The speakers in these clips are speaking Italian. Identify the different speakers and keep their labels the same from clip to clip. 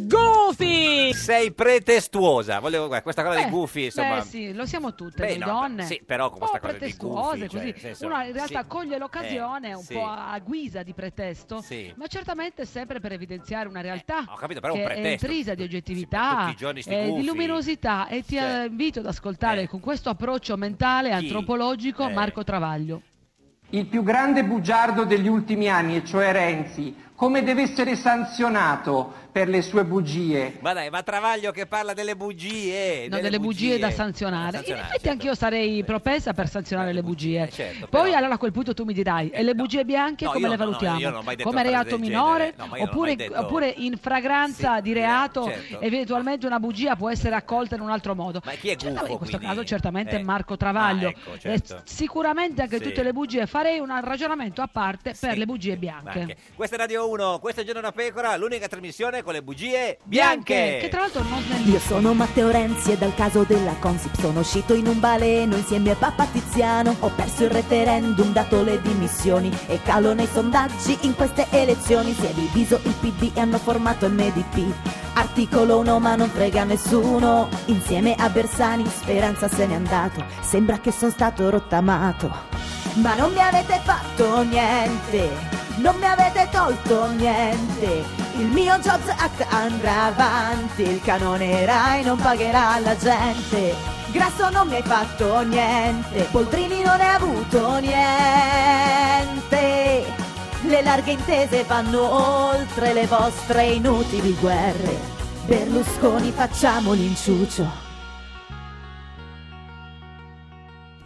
Speaker 1: Goofy!
Speaker 2: Sei pretestuosa. Volevo, guarda, questa cosa
Speaker 1: Beh,
Speaker 2: di Gufi, insomma.
Speaker 1: Eh, beh, sì, lo siamo tutte,
Speaker 2: Beh,
Speaker 1: le
Speaker 2: no,
Speaker 1: donne.
Speaker 2: sì, però con
Speaker 1: Un po'
Speaker 2: questa cosa di
Speaker 1: Eh. Oh, pretestuose,
Speaker 2: gufi, cioè,
Speaker 1: così.
Speaker 2: nel senso,
Speaker 1: Uno in realtà
Speaker 2: sì.
Speaker 1: coglie l'occasione
Speaker 2: Eh,
Speaker 1: un
Speaker 2: sì.
Speaker 1: po' a guisa di pretesto,
Speaker 2: Sì. Eh,
Speaker 1: ma certamente sempre per evidenziare una realtà
Speaker 2: ho capito, però è
Speaker 1: che
Speaker 2: un
Speaker 1: è
Speaker 2: pretesto.
Speaker 1: intrisa di oggettività,
Speaker 2: tutti i giorni sti
Speaker 1: eh, di
Speaker 2: gufi.
Speaker 1: luminosità e ti
Speaker 2: Cioè,
Speaker 1: eh, invito ad ascoltare con questo approccio mentale e
Speaker 2: Chi?
Speaker 1: antropologico
Speaker 2: Eh.
Speaker 1: Marco Travaglio.
Speaker 3: Il più grande bugiardo degli ultimi anni, e cioè Renzi, come deve essere sanzionato per le sue bugie?
Speaker 2: Ma dai, ma Travaglio che parla delle bugie.
Speaker 1: No, delle bugie, da sanzionare.
Speaker 2: Da
Speaker 1: In effetti
Speaker 2: certo.
Speaker 1: anch'io sarei propensa per sanzionare le bugie.
Speaker 2: certo,
Speaker 1: Poi
Speaker 2: però-
Speaker 1: allora a quel punto tu mi dirai, e le bugie bianche
Speaker 2: No,
Speaker 1: come
Speaker 2: io
Speaker 1: le
Speaker 2: no, no,
Speaker 1: valutiamo?
Speaker 2: io non ho mai detto
Speaker 1: come
Speaker 2: una frase
Speaker 1: reato
Speaker 2: del
Speaker 1: minore
Speaker 2: genere. No, ma io non ho
Speaker 1: oppure,
Speaker 2: mai detto-
Speaker 1: oppure in fragranza di reato
Speaker 2: certo.
Speaker 1: eventualmente una bugia può essere accolta in un altro modo.
Speaker 2: Ma chi è
Speaker 1: Certamente-
Speaker 2: gufo,
Speaker 1: in questo
Speaker 2: quindi?
Speaker 1: caso certamente
Speaker 2: Eh.
Speaker 1: Marco Travaglio.
Speaker 2: Ah, ecco, certo.
Speaker 1: Eh, sicuramente anche
Speaker 2: Sì.
Speaker 1: tutte le bugie. Farei un ragionamento a parte per
Speaker 2: Sì.
Speaker 1: le bugie
Speaker 2: Ma
Speaker 1: bianche.
Speaker 2: anche- Questa è Radio 1, questo è Giorno da Pecora, l'unica trasmissione con le bugie bianche.
Speaker 1: Bianche, che tra l'altro non
Speaker 4: Io sono Matteo Renzi e dal caso della Consip sono uscito in un baleno insieme a Papa Tiziano. Ho perso il referendum, dato le dimissioni e calo nei sondaggi in queste elezioni. Si è diviso il PD e hanno formato MDP. Articolo 1 ma non frega nessuno. Insieme a Bersani Speranza se n'è andato. Sembra che sono stato rottamato. Ma non mi avete fatto niente, non mi avete tolto niente. Il mio Jobs Act andrà avanti, il canone Rai non pagherà la gente. Grasso non mi hai fatto niente, Poltrini non hai avuto niente. Le larghe intese vanno oltre le vostre inutili guerre. Berlusconi facciamo l'inciuccio.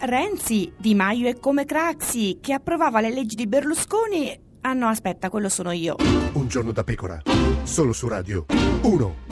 Speaker 5: Renzi, Di Maio è come Craxi, che approvava le leggi di Berlusconi. Ah no, aspetta, quello sono io.
Speaker 6: Un giorno da pecora, solo su Radio 1.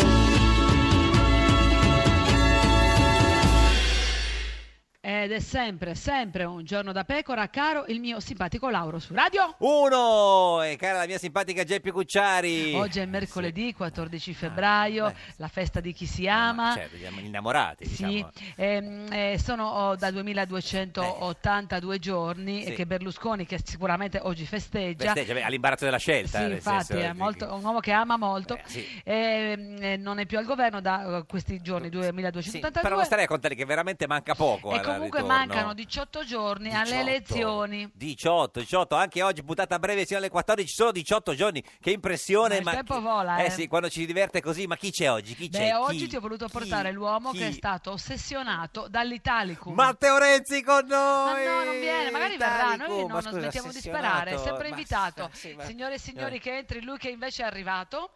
Speaker 1: Ed è sempre, sempre un giorno da pecora, caro il mio simpatico Lauro su radio.
Speaker 2: Uno, e cara la mia simpatica Geppi Cucciari. Ah,
Speaker 1: Oggi è mercoledì 14 febbraio, la festa di chi si ama.
Speaker 2: Cioè, degli innamorati,
Speaker 1: Sì,
Speaker 2: diciamo.
Speaker 1: ehm, eh, sono oh, da 2282 giorni
Speaker 2: Eh, Sì.
Speaker 1: che Berlusconi, che sicuramente oggi festeggia,
Speaker 2: Festeggia, beh, all'imbarazzo della scelta.
Speaker 1: sì,
Speaker 2: nel
Speaker 1: infatti
Speaker 2: senso, eh,
Speaker 1: è
Speaker 2: di-
Speaker 1: molto- un uomo che ama molto,
Speaker 2: Eh, sì.
Speaker 1: ehm, eh, non è più al governo da eh, questi giorni,
Speaker 2: Sì,
Speaker 1: 2282.
Speaker 2: però non starei a contare che veramente manca poco.
Speaker 1: e
Speaker 2: al
Speaker 1: comunque
Speaker 2: ritorno.
Speaker 1: mancano 18 giorni alle
Speaker 2: 18.
Speaker 1: elezioni.
Speaker 2: 18, 18, anche oggi puntata breve sino alle 14, solo 18 giorni, che impressione.
Speaker 1: Ma il tempo vola, eh.
Speaker 2: sì, quando ci si diverte così, ma chi c'è oggi? Chi c'è?
Speaker 1: Beh, oggi
Speaker 2: Chi?
Speaker 1: ti ho voluto portare l'uomo
Speaker 2: Chi?
Speaker 1: che è stato ossessionato dall'Italicum.
Speaker 2: Matteo Renzi con
Speaker 1: Ma
Speaker 2: noi!
Speaker 1: no, non viene, magari verrà,
Speaker 2: Italicum,
Speaker 1: noi non
Speaker 2: ma
Speaker 1: non
Speaker 2: scusa,
Speaker 1: smettiamo di
Speaker 2: ossessionato,
Speaker 1: sparare, è sempre
Speaker 2: ma-
Speaker 1: invitato.
Speaker 2: sì, ma-
Speaker 1: Signore e signori che entri, lui che invece è arrivato.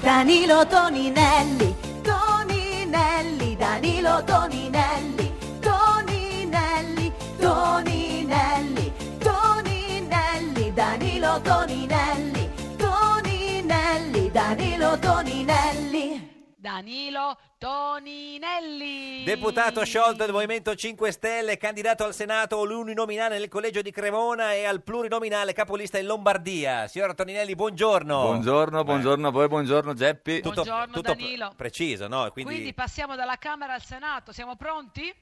Speaker 4: Danilo Toninelli, Toninelli, Danilo Toninelli, Toninelli, Toninelli, Toninelli, Danilo Toninelli, Toninelli, Danilo Toninelli.
Speaker 1: Danilo Toninelli.
Speaker 2: Deputato sciolto del Movimento 5 Stelle, candidato al Senato uninominale nel collegio di Cremona e al plurinominale capolista in Lombardia. Signora Toninelli, buongiorno.
Speaker 7: Buongiorno, buongiorno a voi, buongiorno Geppi.
Speaker 2: Eh. Tutto,
Speaker 1: Buongiorno,
Speaker 2: tutto
Speaker 1: Danilo.
Speaker 2: preciso, no? Quindi,
Speaker 1: Quindi... passiamo dalla Camera al Senato, siamo pronti?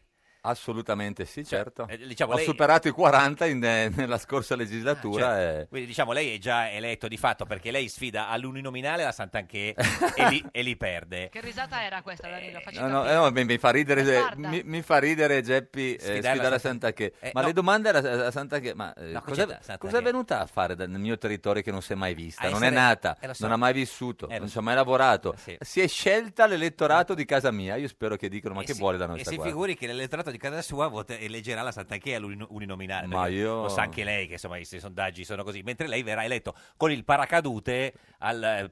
Speaker 7: Assolutamente sì, certo.
Speaker 2: eh, diciamo,
Speaker 7: Ho
Speaker 2: lei-
Speaker 7: superato i 40 in- eh, nella scorsa legislatura.
Speaker 2: Cioè,
Speaker 7: e-
Speaker 2: Quindi diciamo lei è già eletto di fatto perché lei sfida all'uninominale la Sant'Anché e, li, e li perde.
Speaker 1: Che risata era questa, Danilo?
Speaker 2: Ah,
Speaker 1: Facci
Speaker 7: No, no,
Speaker 1: capire.
Speaker 7: eh, no, mi, mi fa ridere,
Speaker 1: Ma
Speaker 7: eh,
Speaker 1: guarda.
Speaker 7: mi, mi fa ridere Geppi eh,
Speaker 2: Sfidare
Speaker 7: sfidare,
Speaker 2: la
Speaker 7: la
Speaker 2: Santa-
Speaker 7: Santa Che.
Speaker 2: Eh,
Speaker 7: ma
Speaker 2: no.
Speaker 7: le domande alla, alla Santa Che, ma eh,
Speaker 2: No,
Speaker 7: cos'è,
Speaker 2: cos'è la Santa
Speaker 7: cos'è
Speaker 2: Che?
Speaker 7: venuta a fare da- nel mio territorio che non si è mai
Speaker 2: A
Speaker 7: vista? Non è
Speaker 2: essere-
Speaker 7: nata,
Speaker 2: eh, lo so.
Speaker 7: non ha mai vissuto,
Speaker 2: Eh, lo
Speaker 7: non ci
Speaker 2: so.
Speaker 7: ha mai lavorato.
Speaker 2: Sì.
Speaker 7: Si è scelta l'elettorato di casa mia. Io spero che dicano, ma
Speaker 2: E
Speaker 7: che
Speaker 2: si-
Speaker 7: vuole da noi?
Speaker 2: Eh, E
Speaker 7: sta
Speaker 2: si
Speaker 7: guarda?
Speaker 2: figuri che l'elettorato di casa sua vota- eleggerà la Sant'Anché all'uninominale.
Speaker 7: Ma io-
Speaker 2: Lo sa anche lei che insomma i suoi sondaggi sono così. Mentre lei verrà eletto con il paracadute al eh, proporzionale,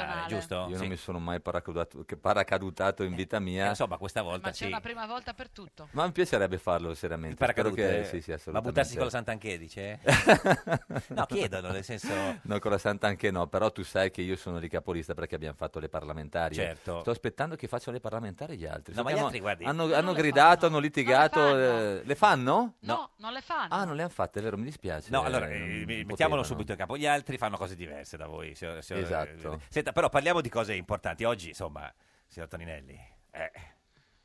Speaker 1: Proporzionale.
Speaker 2: giudato? giusto?
Speaker 7: Io
Speaker 2: Sì.
Speaker 7: non mi sono mai paracadutato, che paracadutato in vita mia.
Speaker 2: Eh, Insomma, questa volta
Speaker 1: Ma c'è
Speaker 2: sì.
Speaker 1: una prima volta per tutto.
Speaker 7: Ma mi piacerebbe farlo seriamente.
Speaker 2: Il paracadute,
Speaker 7: Spero che sì, sì,
Speaker 2: ma
Speaker 7: assolutamente.
Speaker 2: buttarsi con la Sant'Anché, dice? Eh, no, chiedono, nel senso...
Speaker 7: No, con la Santa anche no, però tu sai che io sono di capolista perché abbiamo fatto le parlamentarie.
Speaker 2: Certo.
Speaker 7: Sto aspettando che facciano le parlamentari gli altri.
Speaker 2: No,
Speaker 7: So
Speaker 2: ma
Speaker 7: che
Speaker 2: gli
Speaker 7: hanno-
Speaker 2: altri, guardi-
Speaker 7: hanno,
Speaker 1: Non
Speaker 7: hanno
Speaker 1: le
Speaker 7: gridato,
Speaker 1: fanno.
Speaker 7: hanno litigato.
Speaker 1: Non le fanno.
Speaker 7: eh, le fanno?
Speaker 1: No, non le fanno.
Speaker 7: Ah, non le hanno fatte, è vero, mi dispiace.
Speaker 2: No, allora,
Speaker 7: eh,
Speaker 2: eh,
Speaker 7: non
Speaker 2: mi-
Speaker 7: potevano.
Speaker 2: mettiamolo subito in capo. Gli altri fanno cose diverse da voi. signor- signor- eh,
Speaker 7: Esatto.
Speaker 2: Senta, però parliamo di cose importanti. Oggi, insomma, signor Toninelli, eh,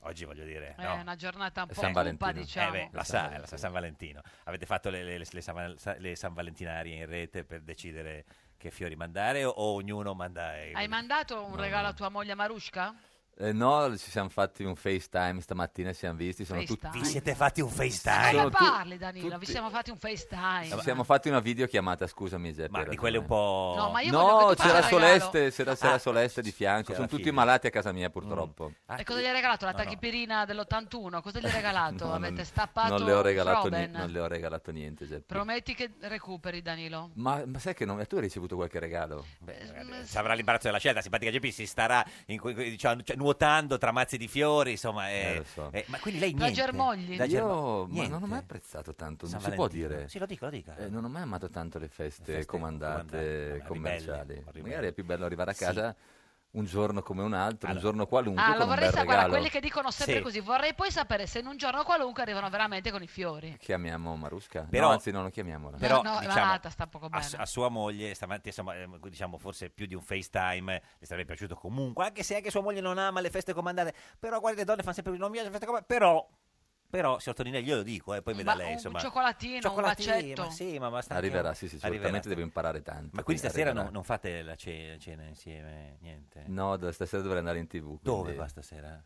Speaker 2: oggi voglio dire...
Speaker 1: Eh, È
Speaker 2: no?
Speaker 1: una giornata un po'
Speaker 7: San
Speaker 1: cupa,
Speaker 7: Valentino.
Speaker 1: diciamo.
Speaker 2: Eh beh, la
Speaker 7: La
Speaker 2: sa,
Speaker 7: San
Speaker 2: la sa San Valentino. Avete fatto le, le- le- le San, le San Valentinarie in rete per decidere che fiori mandare o, o ognuno manda... eh,
Speaker 1: Hai mandato un regalo a tua moglie Marusca?
Speaker 7: Eh, no, ci siamo fatti un FaceTime stamattina, ci siamo visti, sono
Speaker 1: FaceTime?
Speaker 7: tutti...
Speaker 2: Vi siete fatti un
Speaker 1: Ma
Speaker 2: FaceTime?
Speaker 7: Sono
Speaker 1: come
Speaker 7: Ah, tu-
Speaker 1: parli, Danilo? Vi
Speaker 7: tutti-
Speaker 1: siamo fatti un FaceTime.
Speaker 7: Ci siamo fatti una videochiamata, scusami Giuseppe.
Speaker 2: Ma
Speaker 7: hai
Speaker 2: di quelle un
Speaker 7: ragione.
Speaker 2: po'...
Speaker 1: No, ma Ah, io voglio
Speaker 7: No,
Speaker 1: che tu faccia
Speaker 7: c'era
Speaker 1: il regalo.
Speaker 7: Soleste, c'era, c'era
Speaker 2: Ah,
Speaker 7: Soleste di fianco,
Speaker 2: c'era
Speaker 7: sono
Speaker 2: la
Speaker 7: tutti
Speaker 2: figlia.
Speaker 7: malati a casa mia purtroppo.
Speaker 2: Ah,
Speaker 1: E cosa gli hai regalato? La
Speaker 2: No, no.
Speaker 1: tachipirina dell'81? Cosa gli hai regalato?
Speaker 7: No,
Speaker 1: Esatto, Avete
Speaker 7: non-
Speaker 1: stappato
Speaker 7: non le, ho regalato ni-
Speaker 1: Froben?
Speaker 7: non le ho regalato niente, Giuseppe.
Speaker 1: Prometti che recuperi, Danilo.
Speaker 7: Ma, ma sai che non... tu hai ricevuto qualche regalo?
Speaker 2: Beh,
Speaker 1: Mm,
Speaker 2: ragazzi, ci avrà l'imbarazzo della scelta, simpatica GP si starà in cui- cui- diciamo, cioè, nuotando tra mazzi di fiori, insomma. eh,
Speaker 7: Eh, lo so.
Speaker 2: eh, ma quindi lei
Speaker 1: Da
Speaker 2: niente.
Speaker 1: germogli?
Speaker 2: Da
Speaker 7: Io
Speaker 2: germo-
Speaker 7: ma non
Speaker 2: niente?
Speaker 7: ho mai apprezzato tanto,
Speaker 2: San
Speaker 7: non si può
Speaker 2: Valentino.
Speaker 7: dire.
Speaker 2: Sì, lo dico, lo dica.
Speaker 7: Eh, non ho mai amato tanto le feste,
Speaker 2: Le feste comandate,
Speaker 7: comandate
Speaker 2: ma
Speaker 7: commerciali.
Speaker 2: ribelli, ribelli.
Speaker 7: Magari è più bello arrivare a
Speaker 2: Sì.
Speaker 7: casa un giorno come un altro,
Speaker 2: Allora-
Speaker 7: un giorno qualunque
Speaker 1: Ah,
Speaker 7: con
Speaker 1: lo
Speaker 7: un bel
Speaker 1: vorrei sapere, guarda,
Speaker 7: regalo.
Speaker 1: quelli che dicono sempre
Speaker 2: Sì.
Speaker 1: così. Vorrei poi sapere se in un giorno qualunque arrivano veramente con i fiori.
Speaker 7: Chiamiamo Marusca?
Speaker 2: Però-
Speaker 7: no, anzi, non lo chiamiamola.
Speaker 1: No,
Speaker 2: Però,
Speaker 1: no, è
Speaker 2: diciamo,
Speaker 1: malata, sta poco
Speaker 2: a,
Speaker 1: bene.
Speaker 2: su- a sua moglie stamattina, insomma, eh, diciamo forse più di un FaceTime eh, le sarebbe piaciuto comunque, anche se anche sua moglie non ama le feste comandate. Però guarda, le donne fanno sempre non mi piace le feste comandate, però però signor Toninelli, io lo dico, eh, poi
Speaker 1: Un
Speaker 2: veda
Speaker 1: ba-
Speaker 2: lei,
Speaker 1: un
Speaker 2: insomma.
Speaker 1: cioccolatino, un bacetto.
Speaker 2: ma sì, ma basta.
Speaker 7: Arriverà, sì, sì, sicuramente
Speaker 2: Arriverà.
Speaker 7: devo imparare tanto.
Speaker 2: Ma quindi stasera non,
Speaker 7: arriverà.
Speaker 2: non fate la ce- cena insieme, niente?
Speaker 7: No, da- stasera dovrei andare in tv.
Speaker 2: Dove
Speaker 7: quindi
Speaker 2: va stasera?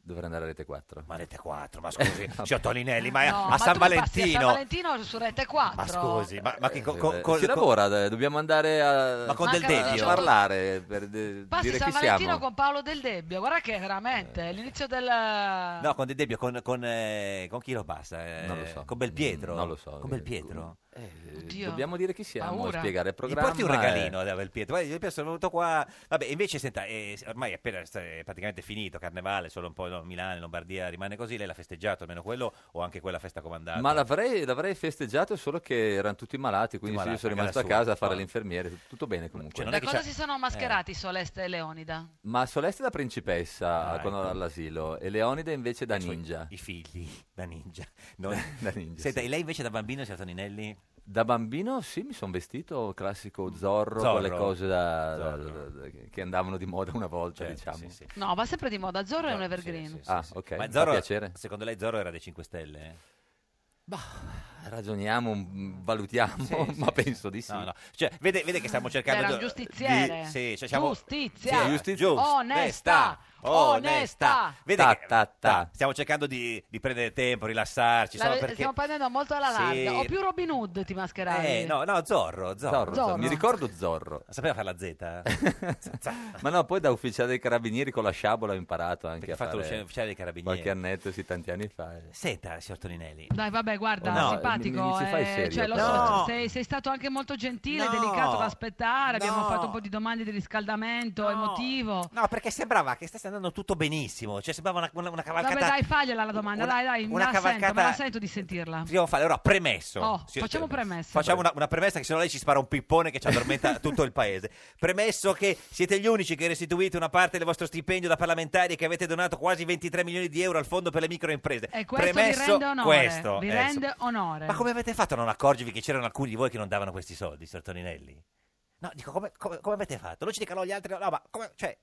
Speaker 7: Dovrei andare a Rete 4.
Speaker 2: Ma rete 4, ma scusi, signor Toninelli, ma
Speaker 1: No,
Speaker 2: Eh, a
Speaker 1: ma
Speaker 2: San
Speaker 1: tu passi
Speaker 2: Valentino.
Speaker 1: A San Valentino su Rete 4.
Speaker 2: Ma scusi, ma, ma che co- co-
Speaker 7: Eh,
Speaker 2: co-
Speaker 7: si
Speaker 2: co-
Speaker 7: lavora, eh, dobbiamo andare a,
Speaker 2: Ma con
Speaker 7: a
Speaker 2: Del Debbio?
Speaker 7: parlare per de-
Speaker 1: Passi
Speaker 7: dire
Speaker 1: San
Speaker 7: chi
Speaker 1: Valentino
Speaker 7: siamo.
Speaker 1: con Paolo Del Debbio. Guarda che veramente è l'inizio del...
Speaker 2: Eh. No, con De Debbio, con, con, eh, con chi lo passa? Eh,
Speaker 7: Non lo so.
Speaker 2: Con Belpietro?
Speaker 7: Mm, Non lo so.
Speaker 2: Con Belpietro?
Speaker 7: Eh,
Speaker 1: Oddio.
Speaker 7: dobbiamo dire chi siamo,
Speaker 1: Paura.
Speaker 7: spiegare il
Speaker 2: Mi
Speaker 7: programma.
Speaker 2: porti un regalino
Speaker 7: eh.
Speaker 2: da Belpietro? Guarda, Belpietro sono venuto qua... Vabbè, invece, senta, eh, ormai è appena è praticamente finito, Carnevale, solo un po' no, Milano, Lombardia, rimane così, lei l'ha festeggiato, almeno quello, o anche quella festa comandata?
Speaker 7: Ma l'avrei, l'avrei festeggiato solo che erano tutti malati, quindi
Speaker 2: Tutti
Speaker 7: io sono
Speaker 2: malati,
Speaker 7: rimasto a
Speaker 2: a casa
Speaker 7: casa a
Speaker 2: sua.
Speaker 7: fare l'infermiere, tut- tutto bene comunque.
Speaker 2: Cioè, non è
Speaker 1: da
Speaker 2: che
Speaker 1: cosa
Speaker 2: c'ha-
Speaker 1: si sono
Speaker 2: Eh.
Speaker 1: mascherati Soleste e Leonida?
Speaker 7: Ma Soleste da principessa
Speaker 2: Ah,
Speaker 7: quando
Speaker 2: ecco.
Speaker 7: all'asilo e Leonide invece da
Speaker 2: I suoi-
Speaker 7: ninja.
Speaker 2: I figli, da ninja. Non-
Speaker 7: Da ninja,
Speaker 2: Senta,
Speaker 7: sì.
Speaker 2: e lei invece da bambino, signor Toninelli?
Speaker 7: Da bambino sì, mi sono vestito classico zorro,
Speaker 2: Zorro.
Speaker 7: quelle cose da- da-
Speaker 2: Zorro.
Speaker 7: da- che andavano di moda una volta,
Speaker 2: Certo,
Speaker 7: diciamo.
Speaker 2: sì, sì.
Speaker 1: No, va sempre di moda. Zorro è un
Speaker 2: Zorro,
Speaker 1: evergreen.
Speaker 2: sì, sì, sì,
Speaker 7: Ah,
Speaker 2: sì.
Speaker 7: ok,
Speaker 2: Ma
Speaker 7: mi fa
Speaker 2: Zorro,
Speaker 7: piacere.
Speaker 2: secondo lei Zorro era dei 5 Stelle?
Speaker 7: Ragioniamo, mm, valutiamo, ma penso di sì.
Speaker 2: No, no. Cioè, vede, vede che stiamo cercando
Speaker 1: Era
Speaker 2: di-
Speaker 1: un giustiziere.
Speaker 2: di- sì, cioè, siamo-
Speaker 1: Giustizia.
Speaker 2: Sì,
Speaker 7: Giusti-
Speaker 2: giusto.
Speaker 1: Onesta. Onesta.
Speaker 2: Vede
Speaker 7: Ta,
Speaker 2: che-
Speaker 7: ta, ta.
Speaker 2: stiamo cercando di, di prendere tempo, rilassarci,
Speaker 1: La-
Speaker 2: solo perché
Speaker 1: Stiamo prendendo molto alla larga.
Speaker 2: Sì.
Speaker 1: O più Robin Hood ti mascheravi.
Speaker 2: Eh, no, no, Zorro, Zorro.
Speaker 7: Zorro,
Speaker 1: Zorro.
Speaker 7: Zorro. mi ricordo Zorro.
Speaker 2: Sapeva fare la Z?
Speaker 7: ma no, poi da ufficiale dei carabinieri con la sciabola ho imparato anche
Speaker 2: Perché ha
Speaker 7: a
Speaker 2: fatto
Speaker 7: fare
Speaker 2: l'ufficiale l'ufficiale dei carabinieri.
Speaker 7: qualche annetto, sì, tanti anni fa. eh.
Speaker 2: Senta, signor Toninelli.
Speaker 1: Dai, vabbè, guarda,
Speaker 2: No,
Speaker 1: simpatico.
Speaker 7: mi- mi ci fai
Speaker 1: eh,
Speaker 7: serio,
Speaker 1: cioè, lo
Speaker 2: però.
Speaker 1: so,
Speaker 2: No.
Speaker 1: sei, sei stato anche molto gentile,
Speaker 2: No.
Speaker 1: delicato da aspettare. Abbiamo
Speaker 2: No.
Speaker 1: fatto un po' di domande di riscaldamento
Speaker 2: No.
Speaker 1: emotivo.
Speaker 2: No, perché sembrava che stesse andando tutto benissimo. Cioè, sembrava una, una, una
Speaker 1: Vabbè,
Speaker 2: cavalcata.
Speaker 1: dai, fagliela la domanda.
Speaker 2: una-
Speaker 1: dai, dai, me
Speaker 2: una
Speaker 1: la sento, me
Speaker 2: cavalcata-
Speaker 1: la sento di sentirla.
Speaker 2: Dobbiamo fare allora premesso.
Speaker 1: Oh,
Speaker 2: Sì, eh,
Speaker 1: facciamo premessa.
Speaker 2: Facciamo una, una premessa che se no lei ci spara un pippone che ci addormenta tutto il paese. Premesso che siete gli unici che restituite una parte del vostro stipendio da parlamentari e che avete donato quasi 23 milioni di euro al fondo per le microimprese.
Speaker 1: E questo
Speaker 2: premesso
Speaker 1: vi rende onore.
Speaker 2: questo,
Speaker 1: vi
Speaker 2: eh,
Speaker 1: rende
Speaker 2: insomma.
Speaker 1: onore.
Speaker 2: Ma come avete fatto a non accorgervi che c'erano alcuni di voi che non davano questi soldi, signor Toninelli? No, dico, come, come- come avete fatto? Non ci dicano gli altri, no, ma come, cioè,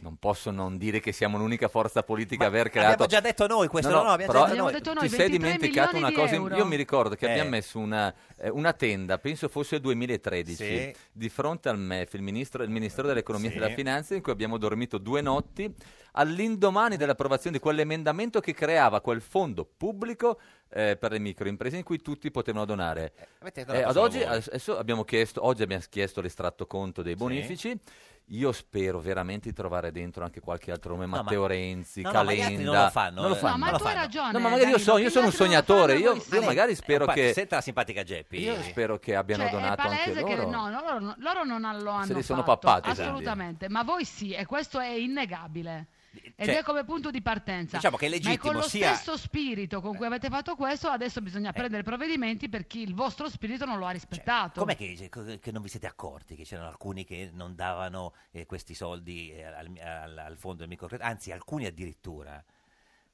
Speaker 7: Non posso non dire che siamo l'unica forza politica a
Speaker 2: Ma
Speaker 7: aver creato.
Speaker 2: abbiamo già detto noi questo, no, no, abbiamo
Speaker 7: però
Speaker 2: già detto
Speaker 1: Abbiamo
Speaker 2: noi.
Speaker 1: detto noi,
Speaker 7: ti sei
Speaker 1: 23
Speaker 7: dimenticato
Speaker 1: milioni
Speaker 7: una
Speaker 1: di
Speaker 7: cosa.
Speaker 1: euro.
Speaker 7: Io mi ricordo che
Speaker 2: Eh.
Speaker 7: abbiamo messo una, eh, una tenda, penso fosse il 2013,
Speaker 2: Sì.
Speaker 7: di fronte al MEF, il ministro, il ministero dell'economia
Speaker 2: Sì.
Speaker 7: e della finanza, in cui abbiamo dormito due notti all'indomani dell'approvazione di quell'emendamento che creava quel fondo pubblico. eh, per le microimprese in cui tutti potevano donare.
Speaker 2: avete
Speaker 7: Eh,
Speaker 2: donato
Speaker 7: ad
Speaker 2: solo
Speaker 7: oggi,
Speaker 2: voi.
Speaker 7: adesso abbiamo chiesto, oggi abbiamo chiesto l'estratto conto dei
Speaker 2: Sì.
Speaker 7: bonifici. Io spero veramente di trovare dentro anche qualche altro nome,
Speaker 2: No, ma-
Speaker 7: Matteo Renzi,
Speaker 2: no, no, ma gli altri
Speaker 7: Calenda.
Speaker 2: non lo fanno,
Speaker 7: Non lo
Speaker 2: eh.
Speaker 7: fanno.
Speaker 1: No, ma
Speaker 2: lo
Speaker 1: tu
Speaker 2: fanno.
Speaker 1: hai ragione.
Speaker 7: No, ma magari io,
Speaker 1: Danilo,
Speaker 7: so- io
Speaker 1: che
Speaker 7: sono un
Speaker 1: gli altri non lo
Speaker 7: sognatore.
Speaker 1: fanno,
Speaker 7: Io,
Speaker 1: voi
Speaker 7: io
Speaker 1: sì.
Speaker 7: magari spero
Speaker 2: Infatti,
Speaker 7: che.
Speaker 2: Eh, Senta la simpatica Geppi.
Speaker 7: Io spero che abbiano
Speaker 1: Cioè, è
Speaker 7: donato anche
Speaker 1: palese che
Speaker 7: loro.
Speaker 1: no, no, loro, no- loro non lo hanno
Speaker 7: Se li sono
Speaker 1: fatto,
Speaker 7: pappati, quindi.
Speaker 1: assolutamente, ma voi sì, e questo è innegabile. Ed
Speaker 2: Cioè,
Speaker 1: è come punto di partenza.
Speaker 2: diciamo che è
Speaker 1: Ma è con
Speaker 2: legittimo
Speaker 1: lo
Speaker 2: sia- cioè, Eh.
Speaker 1: stesso spirito con cui avete fatto questo, adesso bisogna prendere provvedimenti per chi il vostro spirito non
Speaker 2: Cioè,
Speaker 1: lo ha rispettato.
Speaker 2: Com'è che, che non vi siete accorti che c'erano alcuni che non davano eh, questi soldi eh, al, al- al fondo del microcredito? Anzi, alcuni addirittura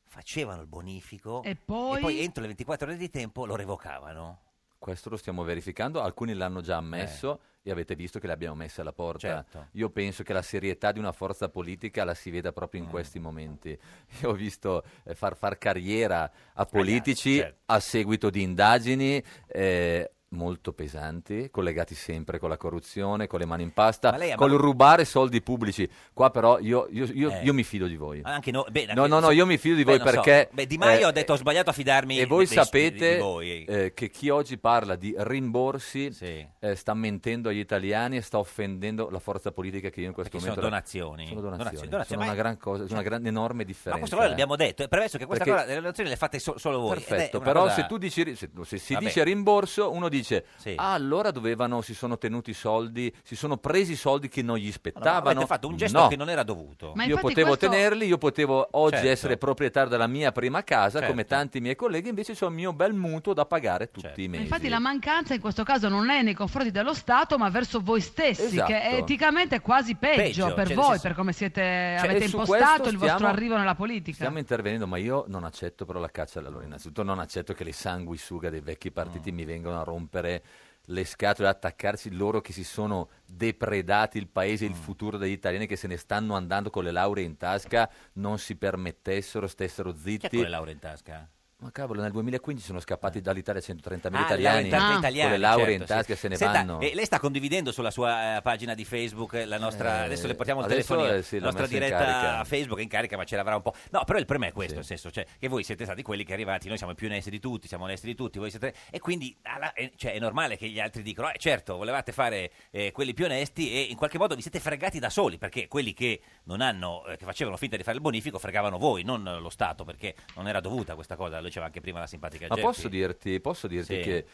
Speaker 2: facevano il bonifico
Speaker 1: E poi?
Speaker 2: entro le 24 ore di tempo lo revocavano.
Speaker 7: Questo lo stiamo verificando, alcuni l'hanno già ammesso e avete visto che l'abbiamo messa alla porta.
Speaker 2: Eh. Certo.
Speaker 7: Io penso che la serietà di una forza politica la si veda proprio
Speaker 2: Eh.
Speaker 7: in questi momenti. Io ho visto eh, far, far carriera a politici
Speaker 2: certo.
Speaker 7: a seguito di indagini eh, molto pesanti, collegati sempre con la corruzione, con le mani in pasta,
Speaker 2: Ma lei ha-
Speaker 7: col rubare soldi pubblici. Qua però io, io- io-
Speaker 2: Eh.
Speaker 7: io mi fido di voi.
Speaker 2: Anche no, beh,
Speaker 7: No, no, no, io mi fido di
Speaker 2: Beh,
Speaker 7: voi
Speaker 2: non so.
Speaker 7: perché...
Speaker 2: Beh, Di Maio
Speaker 7: eh,
Speaker 2: ha detto ho sbagliato a fidarmi
Speaker 7: e voi
Speaker 2: dei- dei-
Speaker 7: sapete
Speaker 2: di voi.
Speaker 7: eh, che chi oggi parla di rimborsi
Speaker 2: Sì.
Speaker 7: eh, sta mentendo agli italiani e sta offendendo la forza politica che io in questo
Speaker 2: Perché sono
Speaker 7: momento
Speaker 2: donazioni.
Speaker 7: sono donazioni,
Speaker 2: Donazioni, donazioni,
Speaker 7: sono
Speaker 2: ma- cioè,
Speaker 7: una gran cosa sono una grande enorme differenza eh.
Speaker 2: Ma questo noi l'abbiamo detto, è premesso che questa
Speaker 7: Perché-
Speaker 2: cosa, le relazioni le fate so- solo voi. ed è
Speaker 7: Perfetto,
Speaker 2: una
Speaker 7: però
Speaker 2: cosa-
Speaker 7: se tu dici ri- se, se si
Speaker 2: Vabbè.
Speaker 7: dice rimborso, uno dice
Speaker 2: Sì.
Speaker 7: "Ah, allora dovevano si sono tenuti i soldi, si sono presi i soldi che non gli
Speaker 2: No, no,
Speaker 7: spettavano".
Speaker 2: avete fatto un gesto
Speaker 7: No.
Speaker 2: che non era dovuto.
Speaker 1: Ma
Speaker 7: io
Speaker 1: infatti
Speaker 7: potevo
Speaker 1: questo-
Speaker 7: tenerli, io potevo oggi
Speaker 2: Certo.
Speaker 7: essere proprietario della mia prima casa,
Speaker 2: Certo.
Speaker 7: come tanti miei colleghi, invece ho il mio bel mutuo da pagare tutti
Speaker 2: Certo.
Speaker 7: i
Speaker 1: Ma
Speaker 7: mesi.
Speaker 1: Infatti la mancanza in questo caso non è nei confronti dello Stato, ma verso voi stessi,
Speaker 7: Esatto.
Speaker 1: che è eticamente quasi peggio,
Speaker 2: Peggio,
Speaker 1: per
Speaker 2: cioè, nel
Speaker 1: voi,
Speaker 2: senso-
Speaker 1: per come siete,
Speaker 7: Cioè,
Speaker 1: avete
Speaker 7: e su
Speaker 1: impostato
Speaker 7: questo
Speaker 1: il
Speaker 7: stiamo-
Speaker 1: vostro arrivo nella politica.
Speaker 7: Stiamo intervenendo, ma io non accetto però la caccia all'uomo. Innanzitutto non accetto che le sanguisuga dei vecchi partiti
Speaker 2: Mm.
Speaker 7: mi vengano a rompere le scatole, ad attaccarsi loro che si sono depredati il paese,
Speaker 2: Mm.
Speaker 7: il futuro degli italiani che se ne stanno andando con le lauree in tasca, non si permettessero, stessero
Speaker 2: Chi è con le
Speaker 7: zitti.
Speaker 2: lauree in tasca?
Speaker 7: Ma cavolo, nel 2015 sono scappati dall'Italia 130.000
Speaker 2: Eh. Ah, lauree
Speaker 7: italiani,
Speaker 2: in tasca
Speaker 1: Ah.
Speaker 7: con
Speaker 2: italiani,
Speaker 7: le lauree
Speaker 2: certo,
Speaker 7: in tasca
Speaker 2: sì.
Speaker 7: se ne
Speaker 2: Senta,
Speaker 7: vanno.
Speaker 2: eh, lei sta condividendo sulla sua eh, pagina di Facebook eh, la nostra.
Speaker 7: Eh,
Speaker 2: adesso le portiamo il
Speaker 7: adesso,
Speaker 2: telefonino.
Speaker 7: eh, sì,
Speaker 2: la
Speaker 7: l'ho
Speaker 2: nostra
Speaker 7: messo in
Speaker 2: diretta
Speaker 7: carica.
Speaker 2: a Facebook è in carica, ma ce l'avrà un po'. No, però il problema è questo:
Speaker 7: Sì.
Speaker 2: nel senso, cioè, che voi siete stati quelli che arrivati, noi siamo i più onesti di tutti, siamo onesti di tutti, voi siete. E quindi alla- eh, cioè, è normale che gli altri dicano: eh, certo, volevate fare eh, quelli più onesti e in qualche modo vi siete fregati da soli, perché quelli che non hanno, eh, che facevano finta di fare il bonifico, fregavano voi, non eh, lo Stato, perché non era dovuta questa cosa, lo diceva anche prima la simpatica
Speaker 7: Ma
Speaker 2: Geppi.
Speaker 7: posso dirti, posso dirti
Speaker 2: Sì.
Speaker 7: che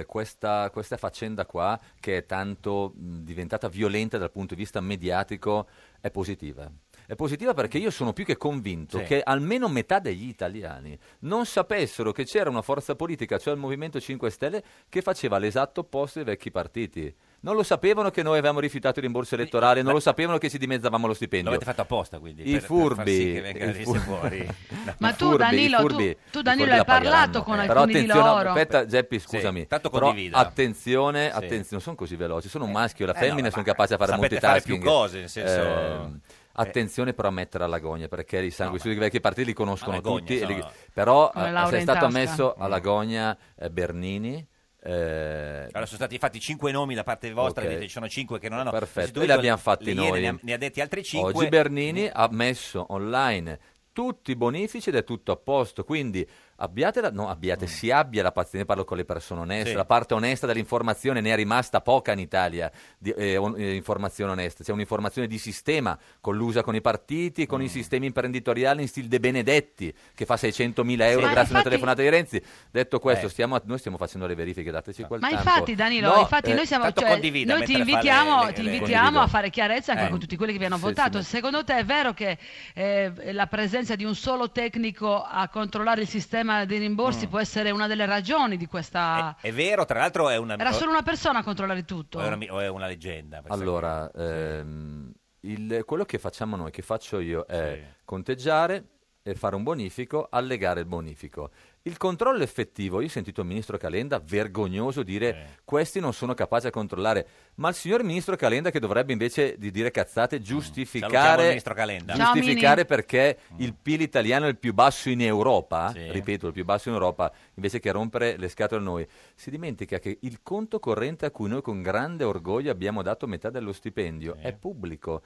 Speaker 7: eh, questa, questa faccenda qua, che è tanto mh, diventata violenta dal punto di vista mediatico, è positiva. È positiva perché io sono più che convinto
Speaker 2: Sì.
Speaker 7: che almeno metà degli italiani non sapessero che c'era una forza politica, cioè il Movimento 5 Stelle, che faceva l'esatto opposto ai vecchi partiti. Non lo sapevano che noi avevamo rifiutato il rimborso elettorale, non lo sapevano che ci dimezzavamo lo
Speaker 2: Lo
Speaker 7: stipendio.
Speaker 2: avete fatto apposta quindi
Speaker 7: I
Speaker 2: per- per
Speaker 7: furbi,
Speaker 2: far sì che venga
Speaker 7: i
Speaker 2: risse
Speaker 7: furbi.
Speaker 2: fuori. No.
Speaker 1: Ma
Speaker 7: I
Speaker 1: tu,
Speaker 7: furbi, i
Speaker 1: Danilo, tu-
Speaker 7: furbi-
Speaker 1: tu,
Speaker 7: i
Speaker 1: Danilo,
Speaker 7: furbi
Speaker 1: hai
Speaker 7: la
Speaker 1: parlato
Speaker 7: pagheranno.
Speaker 1: con
Speaker 7: Però
Speaker 1: alcuni di
Speaker 7: attenzione,
Speaker 1: loro.
Speaker 7: aspetta Geppi, scusami.
Speaker 2: Sì, tanto
Speaker 7: però
Speaker 2: condivida.
Speaker 7: attenzione,
Speaker 2: Sì.
Speaker 7: attenzione, non sono così veloci, sono un
Speaker 2: Eh,
Speaker 7: maschio e la
Speaker 2: eh,
Speaker 7: femmina
Speaker 2: no,
Speaker 7: sono
Speaker 2: ma
Speaker 7: capace di fare
Speaker 2: sapete fare
Speaker 7: multitasking.
Speaker 2: più cose, nel senso-
Speaker 7: Ehm, Attenzione però a mettere alla gogna perché i sanguisughi vecchi partiti li conoscono
Speaker 2: alla gogna,
Speaker 7: tutti, e li-
Speaker 2: sono- Mm.
Speaker 7: però
Speaker 1: Con le
Speaker 7: eh,
Speaker 1: lauree
Speaker 7: se è
Speaker 1: in
Speaker 7: stato
Speaker 1: tasca.
Speaker 7: ammesso alla gogna eh, Bernini, eh,
Speaker 2: Allora sono stati fatti cinque nomi da parte vostra,
Speaker 7: Ok.
Speaker 2: dite ci sono cinque che non hanno
Speaker 7: Perfetto,
Speaker 2: sostituito,
Speaker 7: e li abbiamo fatti
Speaker 2: le ieri
Speaker 7: noi.
Speaker 2: Ne ha, ne ha detti altri cinque.
Speaker 7: Oggi Bernini ha messo online tutti i bonifici ed è tutto a posto, quindi abbiate, la- no, abbiate si abbia la pazienza, parlo con le persone oneste,
Speaker 2: Mm. Sì.
Speaker 7: la parte onesta dell'informazione ne è rimasta poca in Italia, di, eh, on- eh, informazione onesta, c'è un'informazione di sistema collusa con i partiti,
Speaker 2: Mm.
Speaker 7: con i sistemi imprenditoriali in stile De Benedetti, che fa 600.000 euro
Speaker 1: Ma
Speaker 7: grazie a
Speaker 1: infatti-
Speaker 7: una telefonata di Renzi. Detto questo,
Speaker 2: Eh.
Speaker 7: stiamo- noi stiamo facendo le verifiche, dateci quel
Speaker 1: Ma
Speaker 7: tempo.
Speaker 1: infatti Danilo,
Speaker 7: No,
Speaker 1: infatti
Speaker 7: eh,
Speaker 1: noi siamo
Speaker 2: tanto
Speaker 1: cioè,
Speaker 2: condivida
Speaker 1: noi ti
Speaker 2: mentre fa le-
Speaker 1: invitiamo,
Speaker 2: le-
Speaker 1: ti
Speaker 2: le-
Speaker 1: invitiamo
Speaker 7: Condivido.
Speaker 1: a fare chiarezza anche
Speaker 2: Eh.
Speaker 1: con tutti quelli che vi hanno
Speaker 7: Sì,
Speaker 1: votato.
Speaker 7: sì, ma-
Speaker 1: Secondo te è vero che eh, la presenza di un solo tecnico a controllare il sistema dei
Speaker 2: Mm.
Speaker 1: rimborsi può essere una delle ragioni di
Speaker 2: È,
Speaker 1: questa
Speaker 2: è vero, tra l'altro è una,
Speaker 1: Era solo una persona a controllare tutto.
Speaker 2: o è una, o è una leggenda. questa
Speaker 7: Allora,
Speaker 2: cosa. Sì.
Speaker 7: ehm, il- quello che facciamo noi, che faccio io, è
Speaker 2: Sì.
Speaker 7: conteggiare e fare un bonifico, allegare il bonifico. Il controllo effettivo, io ho sentito il ministro Calenda vergognoso dire
Speaker 2: Sì.
Speaker 7: questi non sono capaci a controllare, ma il signor ministro Calenda che dovrebbe invece di dire cazzate
Speaker 2: Mm. Salutiamo il
Speaker 7: giustificare,
Speaker 2: ministro Calenda. Mm.
Speaker 1: Ciao,
Speaker 7: giustificare
Speaker 1: Mini.
Speaker 7: perché il PIL italiano è il più basso in Europa,
Speaker 2: Sì.
Speaker 7: ripeto, il più basso in Europa, invece che rompere le scatole a noi. Si dimentica che il conto corrente a cui noi con grande orgoglio abbiamo dato metà dello stipendio
Speaker 2: Sì.
Speaker 7: è pubblico.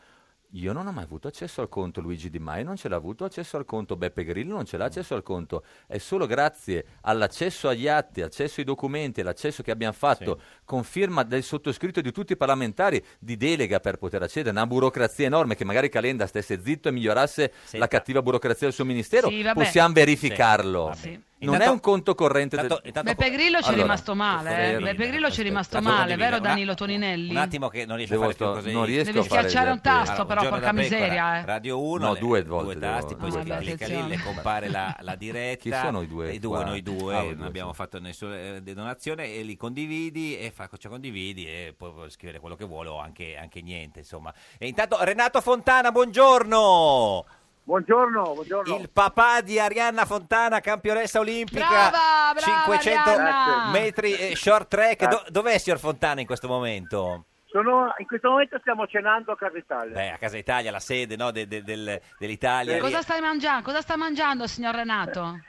Speaker 7: Io non ho mai avuto accesso al conto Luigi Di Maio, non ce l'ha avuto accesso al conto Beppe Grillo, non ce l'ha accesso al conto. È solo grazie all'accesso agli atti, accesso ai documenti, l'accesso che abbiamo fatto con firma del sottoscritto di tutti i parlamentari di delega per poter accedere. Una burocrazia enorme che magari Calenda stesse zitto e migliorasse
Speaker 2: Sì.
Speaker 7: la cattiva burocrazia del suo ministero.
Speaker 1: Sì, vabbè.
Speaker 7: Possiamo verificarlo.
Speaker 1: Sì, vabbè.
Speaker 7: Non
Speaker 2: Intanto-
Speaker 7: è un conto corrente del-
Speaker 2: Intanto- intanto-
Speaker 1: Beppe Grillo ci è
Speaker 7: Allora,
Speaker 1: rimasto male, eh.
Speaker 7: Ferrero,
Speaker 1: Beppe Grillo ci è
Speaker 7: aspetta.
Speaker 1: rimasto
Speaker 2: Tanto
Speaker 1: male,
Speaker 2: condivida.
Speaker 1: vero
Speaker 2: Una-
Speaker 1: Danilo Toninelli?
Speaker 2: Un attimo che non riesce a
Speaker 7: Devo
Speaker 2: fare più
Speaker 7: sto-
Speaker 2: cose.
Speaker 7: non riesco
Speaker 1: Devi
Speaker 7: a fare
Speaker 1: schiacciare
Speaker 7: le
Speaker 1: un tasto,
Speaker 7: aperte.
Speaker 2: Allora,
Speaker 1: però,
Speaker 2: buongiorno
Speaker 1: porca
Speaker 2: da Pecora,
Speaker 1: miseria, eh.
Speaker 2: Radio 1,
Speaker 7: No, due volte
Speaker 2: due tasti,
Speaker 7: devo-
Speaker 2: poi
Speaker 1: Ah,
Speaker 2: se
Speaker 1: vabbè,
Speaker 2: clicca lì, le
Speaker 1: attenzione.
Speaker 2: compare la, la diretta.
Speaker 7: Chi sono i due
Speaker 2: I due,
Speaker 7: qua?
Speaker 2: noi due,
Speaker 7: Ah, voi
Speaker 2: non
Speaker 7: due,
Speaker 2: abbiamo
Speaker 7: sì.
Speaker 2: fatto nessuna eh, donazione e li condividi e fa ciò condividi e poi puoi scrivere quello che vuole o anche, anche niente, insomma. E intanto Renato Fontana, buongiorno!
Speaker 7: Buongiorno, buongiorno.
Speaker 2: Il papà di Arianna Fontana, campionessa olimpica,
Speaker 7: Brava, brava,
Speaker 2: 500
Speaker 7: Arianna!
Speaker 2: metri eh, short track. Do- dov'è signor Fontana in questo momento?
Speaker 7: Sono, in questo momento stiamo cenando a Casa Italia.
Speaker 2: Beh, a Casa Italia, la sede no, de- de- del- dell'Italia. lì.
Speaker 1: Cosa stai mangiando? Cosa sta mangiando, signor Renato?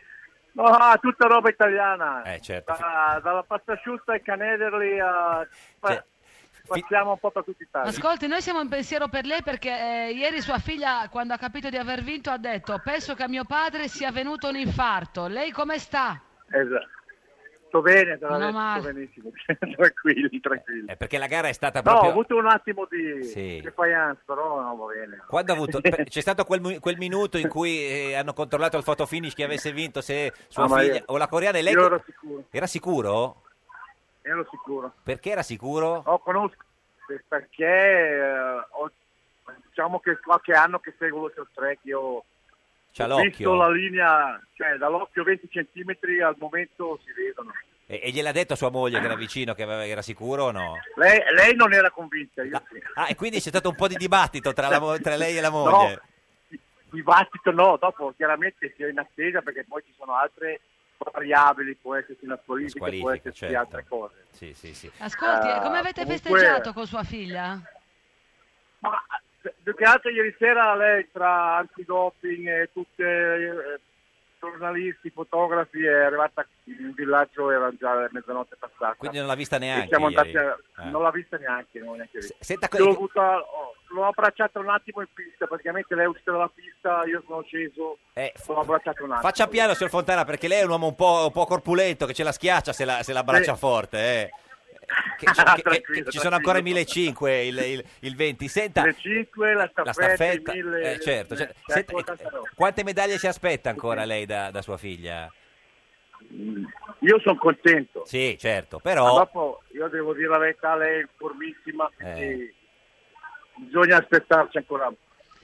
Speaker 7: Ah, tutta roba italiana.
Speaker 2: Eh, certo.
Speaker 7: Da- dalla pasta asciutta ai canederli a...
Speaker 2: Cioè,
Speaker 7: Passiamo un po' per tutta
Speaker 2: Ah,
Speaker 7: Italia.
Speaker 1: Ascolti, noi siamo in pensiero per lei perché eh, ieri sua figlia, quando ha capito di aver vinto, ha detto: Penso che a mio padre sia venuto un infarto. Lei come sta?
Speaker 7: Esatto. Sto bene, te la
Speaker 1: Meno
Speaker 7: detto,
Speaker 1: male.
Speaker 7: sto benissimo. tranquilli, tranquilli.
Speaker 2: eh, perché la gara è stata
Speaker 7: No, ho
Speaker 2: proprio...
Speaker 7: avuto un attimo di,
Speaker 2: Sì.
Speaker 7: di faianza, però no, va bene.
Speaker 2: Quando ha avuto- per- C'è stato quel, mu- quel minuto in cui eh, hanno controllato il fotofinish chi avesse vinto, se sua
Speaker 7: Ah, ma
Speaker 2: figlia
Speaker 7: io-
Speaker 2: o la coreana e lei...
Speaker 7: Io ero sicuro,
Speaker 2: Era sicuro?
Speaker 7: ero sicuro.
Speaker 2: Perché era sicuro?
Speaker 7: Ho conosco perché eh, ho- diciamo che qualche anno che seguo il track io
Speaker 2: C'ha
Speaker 7: ho
Speaker 2: l'occhio.
Speaker 7: visto la linea, cioè dall'occhio 20 centimetri al momento si vedono.
Speaker 2: E, e gliel'ha detto a sua moglie che era vicino, che aveva- che era sicuro o no?
Speaker 7: Lei, lei non era convinta, io sì.
Speaker 2: Ah, e quindi c'è stato un po' di dibattito tra, la mo- tra lei e la
Speaker 7: No.
Speaker 2: moglie.
Speaker 7: Dibattito no, dopo chiaramente si è in attesa perché poi ci sono altre variabili, può esserci una squalifica, può
Speaker 2: Squalifica,
Speaker 7: esserci
Speaker 2: certo.
Speaker 7: altre cose.
Speaker 2: Sì, sì, sì.
Speaker 1: Ascolti,
Speaker 7: Ah,
Speaker 1: eh, come avete
Speaker 7: comunque-
Speaker 1: festeggiato con sua figlia?
Speaker 7: Più che altro ieri sera lei tra antidoping e tutti giornalisti, fotografi è arrivata in villaggio era già le mezzanotte passata.
Speaker 2: Quindi non l'ha vista
Speaker 7: E
Speaker 2: neanche
Speaker 7: siamo
Speaker 2: ieri.
Speaker 7: andati a-
Speaker 2: Ah.
Speaker 7: Non l'ha vista neanche, non l'ho neanche vista.
Speaker 2: Senta,
Speaker 7: Io l'ho, avuta- ho- oh, l'ho abbracciata un attimo in pista, praticamente lei è uscita dalla pista, io sono sceso,
Speaker 2: Eh,
Speaker 7: l'ho abbracciata un attimo.
Speaker 2: faccia piano, signor Fontana, perché lei è un uomo un po', un po' corpulento che ce la schiaccia se la, se la braccia
Speaker 7: Sì.
Speaker 2: forte. eh. Che- che-
Speaker 7: Ah,
Speaker 2: che-
Speaker 7: tranquillo,
Speaker 2: ci sono ancora i
Speaker 7: tranquillo.
Speaker 2: 1500 il, il, il 20. Senta,
Speaker 7: Le 5, la staffetta,
Speaker 2: la staffetta,
Speaker 7: i 1000,
Speaker 2: eh, certo. certo.
Speaker 7: eh,
Speaker 2: Senta,
Speaker 7: ecco,
Speaker 2: eh,
Speaker 7: tanta roba.
Speaker 2: quante medaglie si aspetta ancora lei da, da sua figlia?
Speaker 7: Io sono contento.
Speaker 2: Sì, certo,
Speaker 7: Ah, Ma
Speaker 2: però...
Speaker 7: dopo io devo dire la verità, lei è formissima, quindi
Speaker 2: Eh.
Speaker 7: bisogna aspettarci ancora.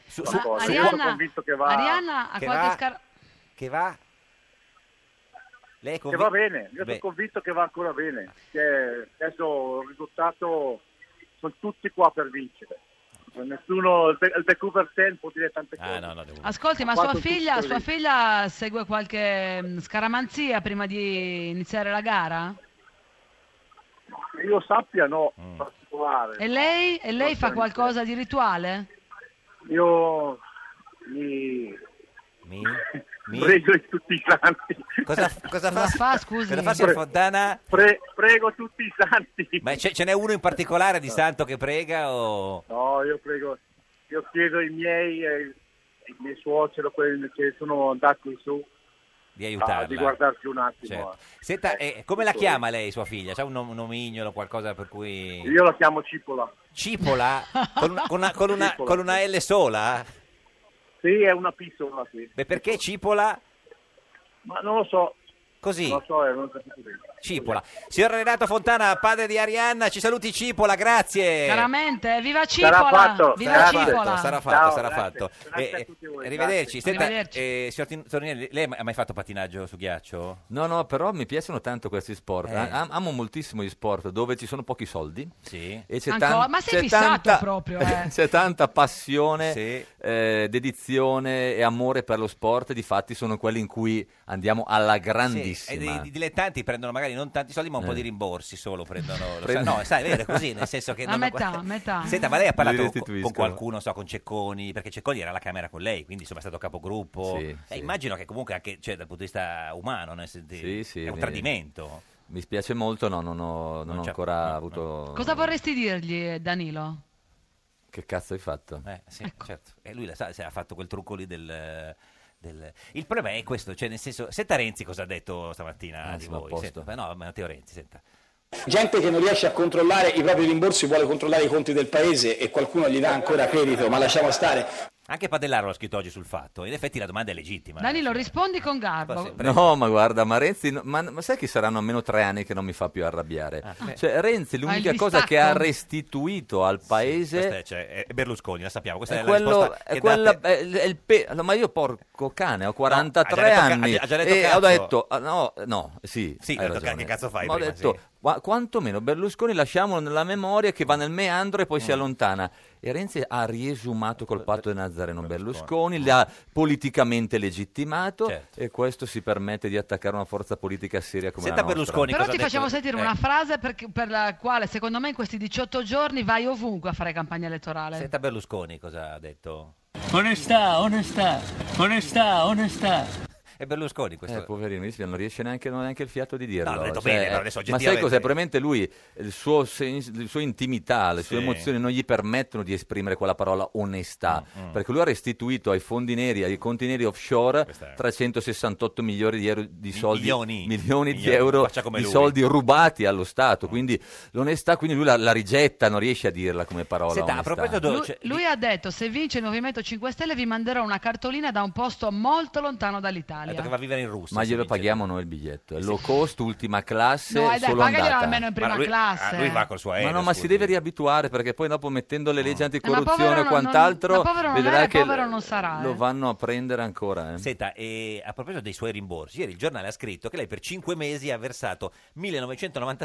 Speaker 2: Su,
Speaker 7: Ma eh.
Speaker 2: su- su-
Speaker 7: Arianna- sono convinto che va-
Speaker 1: Arianna ha
Speaker 2: che
Speaker 1: qualche
Speaker 2: va-
Speaker 1: scar-
Speaker 2: che va? Lei è
Speaker 7: Che
Speaker 2: convi-
Speaker 7: va bene, io
Speaker 2: Beh,
Speaker 7: sono convinto che va ancora bene. Che adesso il risultato sono tutti qua per vincere. Nessuno, il, Be- il Vancouver 10 può dire tante cose.
Speaker 2: Ah, no, no, devo-
Speaker 1: Ascolti, ma
Speaker 7: Ha
Speaker 1: sua
Speaker 7: fatto
Speaker 1: figlia,
Speaker 7: tutto
Speaker 1: sua
Speaker 7: lei.
Speaker 1: figlia segue qualche mm, scaramanzia prima di iniziare la gara?
Speaker 7: Che Io sappia no,
Speaker 2: Mm.
Speaker 7: in particolare.
Speaker 1: E lei, e lei fa qualcosa di rituale?
Speaker 7: Io mi
Speaker 2: Mi? Mi?
Speaker 7: prego in tutti i santi.
Speaker 2: Cosa, cosa fa?
Speaker 1: Cosa fa, scusi?
Speaker 2: Cosa fa, signor Fontana?
Speaker 7: Pre- prego tutti i santi.
Speaker 2: Ma c'è- ce n'è uno in particolare di santo che prega o...
Speaker 7: No, io prego, io chiedo ai miei, eh, ai miei suocero, quelli che sono andati su,
Speaker 2: di
Speaker 7: a,
Speaker 2: aiutarla?
Speaker 7: Ah, di guardarci un attimo.
Speaker 2: Certo.
Speaker 7: eh.
Speaker 2: Senta, eh, come la chiama lei sua figlia? C'ha un nom- nomignolo, qualcosa per cui...
Speaker 7: Io la chiamo Cipola.
Speaker 2: Cipola? Con una, con una- con una-
Speaker 7: Cipola.
Speaker 2: con una L sola?
Speaker 7: Sì, è una pistola, sì.
Speaker 2: Beh, perché Cipola?
Speaker 7: Ma non lo so,
Speaker 2: Così,
Speaker 7: non lo so, eh, non ho capito bene.
Speaker 2: Cipola. Signor Renato Fontana, padre di Arianna, ci saluti Cipola, grazie.
Speaker 1: Veramente? Eh, Viva Cipola!
Speaker 7: fatto,
Speaker 1: Viva
Speaker 2: sarà
Speaker 7: Cipola.
Speaker 2: fatto, Eh. sarà fatto,
Speaker 7: Ciao,
Speaker 2: sarà
Speaker 7: grazie.
Speaker 2: fatto.
Speaker 7: Grazie a
Speaker 2: Eh,
Speaker 7: tutti voi,
Speaker 2: arrivederci.
Speaker 7: grazie.
Speaker 2: Senta,
Speaker 1: Arrivederci.
Speaker 2: eh, signor Tin- Tornielli, lei ha mai fatto patinaggio su ghiaccio?
Speaker 8: No, no, però mi piacciono tanto questi sport.
Speaker 2: Eh.
Speaker 8: Am- amo moltissimo gli sport dove ci sono pochi soldi.
Speaker 2: Sì.
Speaker 8: E c'è
Speaker 1: Ancora?
Speaker 8: tan-
Speaker 1: Ma sei
Speaker 8: c'è
Speaker 1: fissato
Speaker 8: tanta-
Speaker 1: proprio, eh.
Speaker 8: c'è tanta passione,
Speaker 2: Sì.
Speaker 8: eh, dedizione e amore per lo sport. Di fatti sono quelli in cui andiamo alla
Speaker 2: Sì, e
Speaker 8: grandissima.
Speaker 2: dei- i dilettanti prendono magari non tanti soldi, ma un po'
Speaker 8: Eh.
Speaker 2: di rimborsi solo prendono. lo
Speaker 8: Prend-
Speaker 2: sa- no, sai, è vero, è così, nel senso che
Speaker 1: A
Speaker 2: non-
Speaker 1: metà, metà.
Speaker 2: Senta, ma lei ha
Speaker 8: Li
Speaker 2: parlato con,
Speaker 8: restituiscono.
Speaker 2: con qualcuno, non so, con Cecconi, perché Cecconi era alla Camera con lei, quindi insomma è stato capogruppo.
Speaker 8: Sì,
Speaker 2: Eh,
Speaker 8: sì.
Speaker 2: immagino che comunque anche cioè, dal punto di vista umano, nel senso,
Speaker 8: Sì, sì,
Speaker 2: è un
Speaker 8: mi-
Speaker 2: tradimento.
Speaker 8: Mi spiace molto, no, non ho, non
Speaker 2: Non
Speaker 8: ho
Speaker 2: c'è-
Speaker 8: ancora
Speaker 2: no,
Speaker 8: avuto.
Speaker 1: Cosa vorresti dirgli, eh, Danilo?
Speaker 8: Che cazzo hai fatto?
Speaker 2: Eh, sì,
Speaker 1: Ecco.
Speaker 2: certo. E lui la sa, se ha fatto quel trucco lì del... del- Il problema è questo, cioè nel senso, senta Renzi cosa ha detto stamattina
Speaker 8: Ah,
Speaker 2: di
Speaker 8: sono a
Speaker 2: voi.
Speaker 8: posto.
Speaker 2: Senta, no, Matteo Renzi, senta.
Speaker 9: Gente che non riesce a controllare i propri rimborsi vuole controllare i conti del paese e qualcuno gli dà ancora credito, ma lasciamo stare.
Speaker 2: Anche Padellaro l'ha scritto oggi sul fatto, in effetti la domanda è legittima.
Speaker 1: Danilo,
Speaker 2: Cioè,
Speaker 1: rispondi con
Speaker 2: Ma sì,
Speaker 1: garbo.
Speaker 2: prego.
Speaker 8: No, ma guarda, ma Renzi, no- ma, ma sai che saranno almeno tre anni che non mi fa più arrabbiare?
Speaker 2: Ah,
Speaker 8: cioè, Renzi, l'unica
Speaker 1: il
Speaker 8: cosa che ha
Speaker 1: distacco.
Speaker 8: restituito al
Speaker 2: questa
Speaker 8: paese
Speaker 2: è, cioè, è Berlusconi, la sappiamo, questa è,
Speaker 8: è,
Speaker 2: la
Speaker 8: quello,
Speaker 2: risposta
Speaker 8: è
Speaker 2: che
Speaker 8: quella-
Speaker 2: date-
Speaker 8: è- è il pe- no, ma io porco cane, ho 43
Speaker 2: No, ha già detto ca-
Speaker 8: anni
Speaker 2: ha già detto
Speaker 8: e
Speaker 2: cazzo.
Speaker 8: ho detto, ah, no, no, sì,
Speaker 2: Sì,
Speaker 8: hai
Speaker 2: ho detto,
Speaker 8: ragione.
Speaker 2: che cazzo fai
Speaker 8: Ma ho
Speaker 2: prima,
Speaker 8: detto,
Speaker 2: sì.
Speaker 7: Qua- quantomeno Berlusconi lasciamolo nella memoria che va nel meandro e poi
Speaker 2: Mm.
Speaker 7: si allontana. E Renzi ha riesumato col patto di Nazareno Berlusconi, l'ha politicamente legittimato
Speaker 2: Certo.
Speaker 7: e questo si permette di attaccare una forza politica seria come
Speaker 2: Senta
Speaker 7: la nostra.
Speaker 2: Berlusconi
Speaker 1: Però ti facciamo sentire
Speaker 2: Eh.
Speaker 1: una frase per, per la quale secondo me in questi 18 giorni vai ovunque a fare campagna elettorale.
Speaker 2: Senta Berlusconi cosa ha detto.
Speaker 10: Onestà, onestà, onestà, onestà.
Speaker 2: È Berlusconi questo.
Speaker 7: Eh, poverino, mi dispiace, non riesce neanche, non ha neanche il fiato di dirlo. Cioè,
Speaker 2: No, l'ho detto bene, però adesso
Speaker 7: ma sai
Speaker 2: oggettivamente-
Speaker 7: cos'è? Probabilmente lui, il suo sen- le sue intimità, le sue
Speaker 2: Sì.
Speaker 7: emozioni non gli permettono di esprimere quella parola onestà,
Speaker 2: Mm, mm.
Speaker 7: perché lui ha restituito ai fondi neri, ai conti neri offshore, 368 milioni di, euro di soldi,
Speaker 2: milioni.
Speaker 7: milioni di
Speaker 2: Milioni,
Speaker 7: euro
Speaker 2: faccia come
Speaker 7: di
Speaker 2: lui. Mm.
Speaker 7: soldi rubati allo Stato. Quindi l'onestà, quindi lui la, la rigetta, non riesce a dirla come parola
Speaker 2: Senta, a
Speaker 7: onestà.
Speaker 2: proposito,
Speaker 1: Lui, lui ha detto se vince il Movimento 5 Stelle vi manderò una cartolina da un posto molto lontano
Speaker 2: Ha detto che
Speaker 1: dall'Italia.
Speaker 2: va a vivere in Russia.
Speaker 7: Ma
Speaker 2: se
Speaker 7: glielo
Speaker 2: vince.
Speaker 7: paghiamo noi il biglietto. È low cost, ultima classe,
Speaker 1: No, eh, dai,
Speaker 7: solo
Speaker 1: pagaglielo
Speaker 7: andata.
Speaker 1: almeno in prima Ma lui- classe. ah, lui va
Speaker 2: col suo aereo,
Speaker 7: Ma no, ma si deve riabituare perché poi dopo mettendo le leggi
Speaker 1: Eh, povero
Speaker 7: anticorruzione e
Speaker 1: non- non-
Speaker 7: quant'altro
Speaker 1: ma povero non
Speaker 7: vedrà
Speaker 1: era e
Speaker 7: che
Speaker 1: povero non sarà,
Speaker 7: lo
Speaker 1: eh.
Speaker 7: vanno a prendere ancora. eh.
Speaker 2: Senta, e a proposito dei suoi rimborsi, ieri il giornale ha scritto che lei per 5 mesi ha versato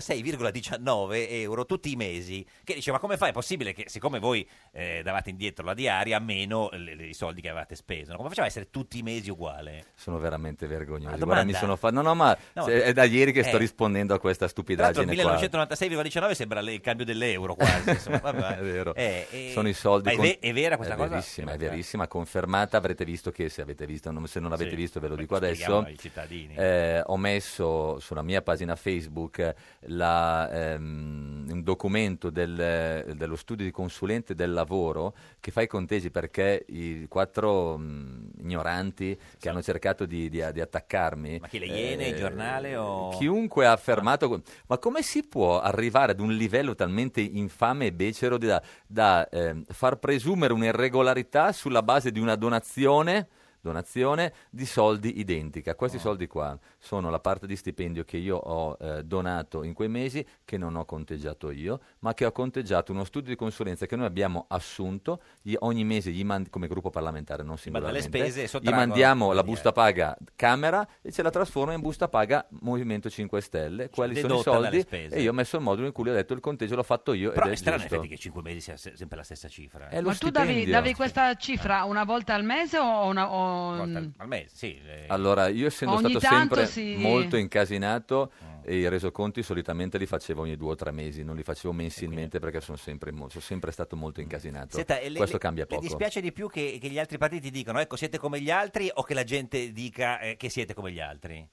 Speaker 2: 1996,19 euro tutti i mesi. Che dice, ma come fa? È possibile che siccome voi eh, davate indietro la diaria, meno le- le- i soldi che avevate speso, no? come faceva a essere tutti i mesi uguale?
Speaker 7: Sono veramente vergognosi.
Speaker 2: Ma
Speaker 7: Guarda, mi
Speaker 2: domanda?
Speaker 7: sono fa- No, no, ma
Speaker 2: No,
Speaker 7: se- è da ieri che sto
Speaker 2: eh.
Speaker 7: rispondendo a questa
Speaker 2: Tra l'altro il
Speaker 7: stupidaggine qua.
Speaker 2: 1996,19 sembra le- il cambio dell'euro quasi. Insomma, vabbè.
Speaker 7: È vero.
Speaker 2: Eh, eh,
Speaker 7: Sono i soldi.
Speaker 2: ma È,
Speaker 7: con-
Speaker 2: ve- è vera questa
Speaker 7: è
Speaker 2: cosa? Eh. Ecco.
Speaker 7: Verissima, è verissima, confermata. Avrete visto che se avete visto, non- se non l'avete
Speaker 2: Sì,
Speaker 7: visto, ve lo
Speaker 2: beh,
Speaker 7: dico adesso.
Speaker 2: spieghiamo ai cittadini.
Speaker 7: Eh, ho messo sulla mia pagina Facebook la, ehm, un documento del, eh, dello studio di consulente del lavoro che fa i conteggi perché i quattro mh, ignoranti che hanno cercato di, di- di attaccarmi. eh,
Speaker 2: Ma chi, le Iene, il giornale o-
Speaker 7: Chiunque ha affermato. Ma come si può arrivare ad un livello talmente infame e becero da, da, ehm, far presumere un'irregolarità sulla base di una donazione? donazione di soldi identica. Questi soldi qua sono la parte di stipendio che io ho eh, donato in quei mesi che non ho conteggiato io, ma che ho conteggiato uno studio di consulenza che noi abbiamo assunto, gli- ogni mese gli mand- come gruppo parlamentare, non
Speaker 2: manda le
Speaker 7: singolarmente,
Speaker 2: spese e
Speaker 7: gli
Speaker 2: sottraggono-
Speaker 7: mandiamo la busta paga Camera e ce la trasforma in busta paga Movimento 5 Stelle, quali sono i
Speaker 2: dedotta Cioè, dalle
Speaker 7: soldi
Speaker 2: spese.
Speaker 7: e io ho messo il modulo in cui gli ho detto il conteggio l'ho fatto io
Speaker 2: Però
Speaker 7: ed
Speaker 2: è
Speaker 7: è
Speaker 2: strano in
Speaker 7: giusto. Eh,
Speaker 2: effetti che 5 mesi sia se- sempre la stessa cifra. eh.
Speaker 7: È lo
Speaker 1: Ma tu davi,
Speaker 7: stipendio.
Speaker 1: davi questa cifra una volta al mese o una o- mm,
Speaker 2: Al mese, sì. le-
Speaker 7: mm. Allora, io essendo
Speaker 1: Ogni
Speaker 7: stato
Speaker 1: tanto
Speaker 7: sempre
Speaker 1: si-
Speaker 7: molto incasinato,
Speaker 2: Mm.
Speaker 7: e i resoconti solitamente li facevo ogni due o tre mesi, non li facevo mensilmente perché sono sempre, mo- sono sempre stato molto incasinato.
Speaker 2: Mm. Senta, e le-
Speaker 7: Esatto. Questo
Speaker 2: le-
Speaker 7: cambia poco.
Speaker 2: Le dispiace di più che, che gli altri partiti dicano ecco siete come gli altri o che la gente dica eh, che siete come gli altri?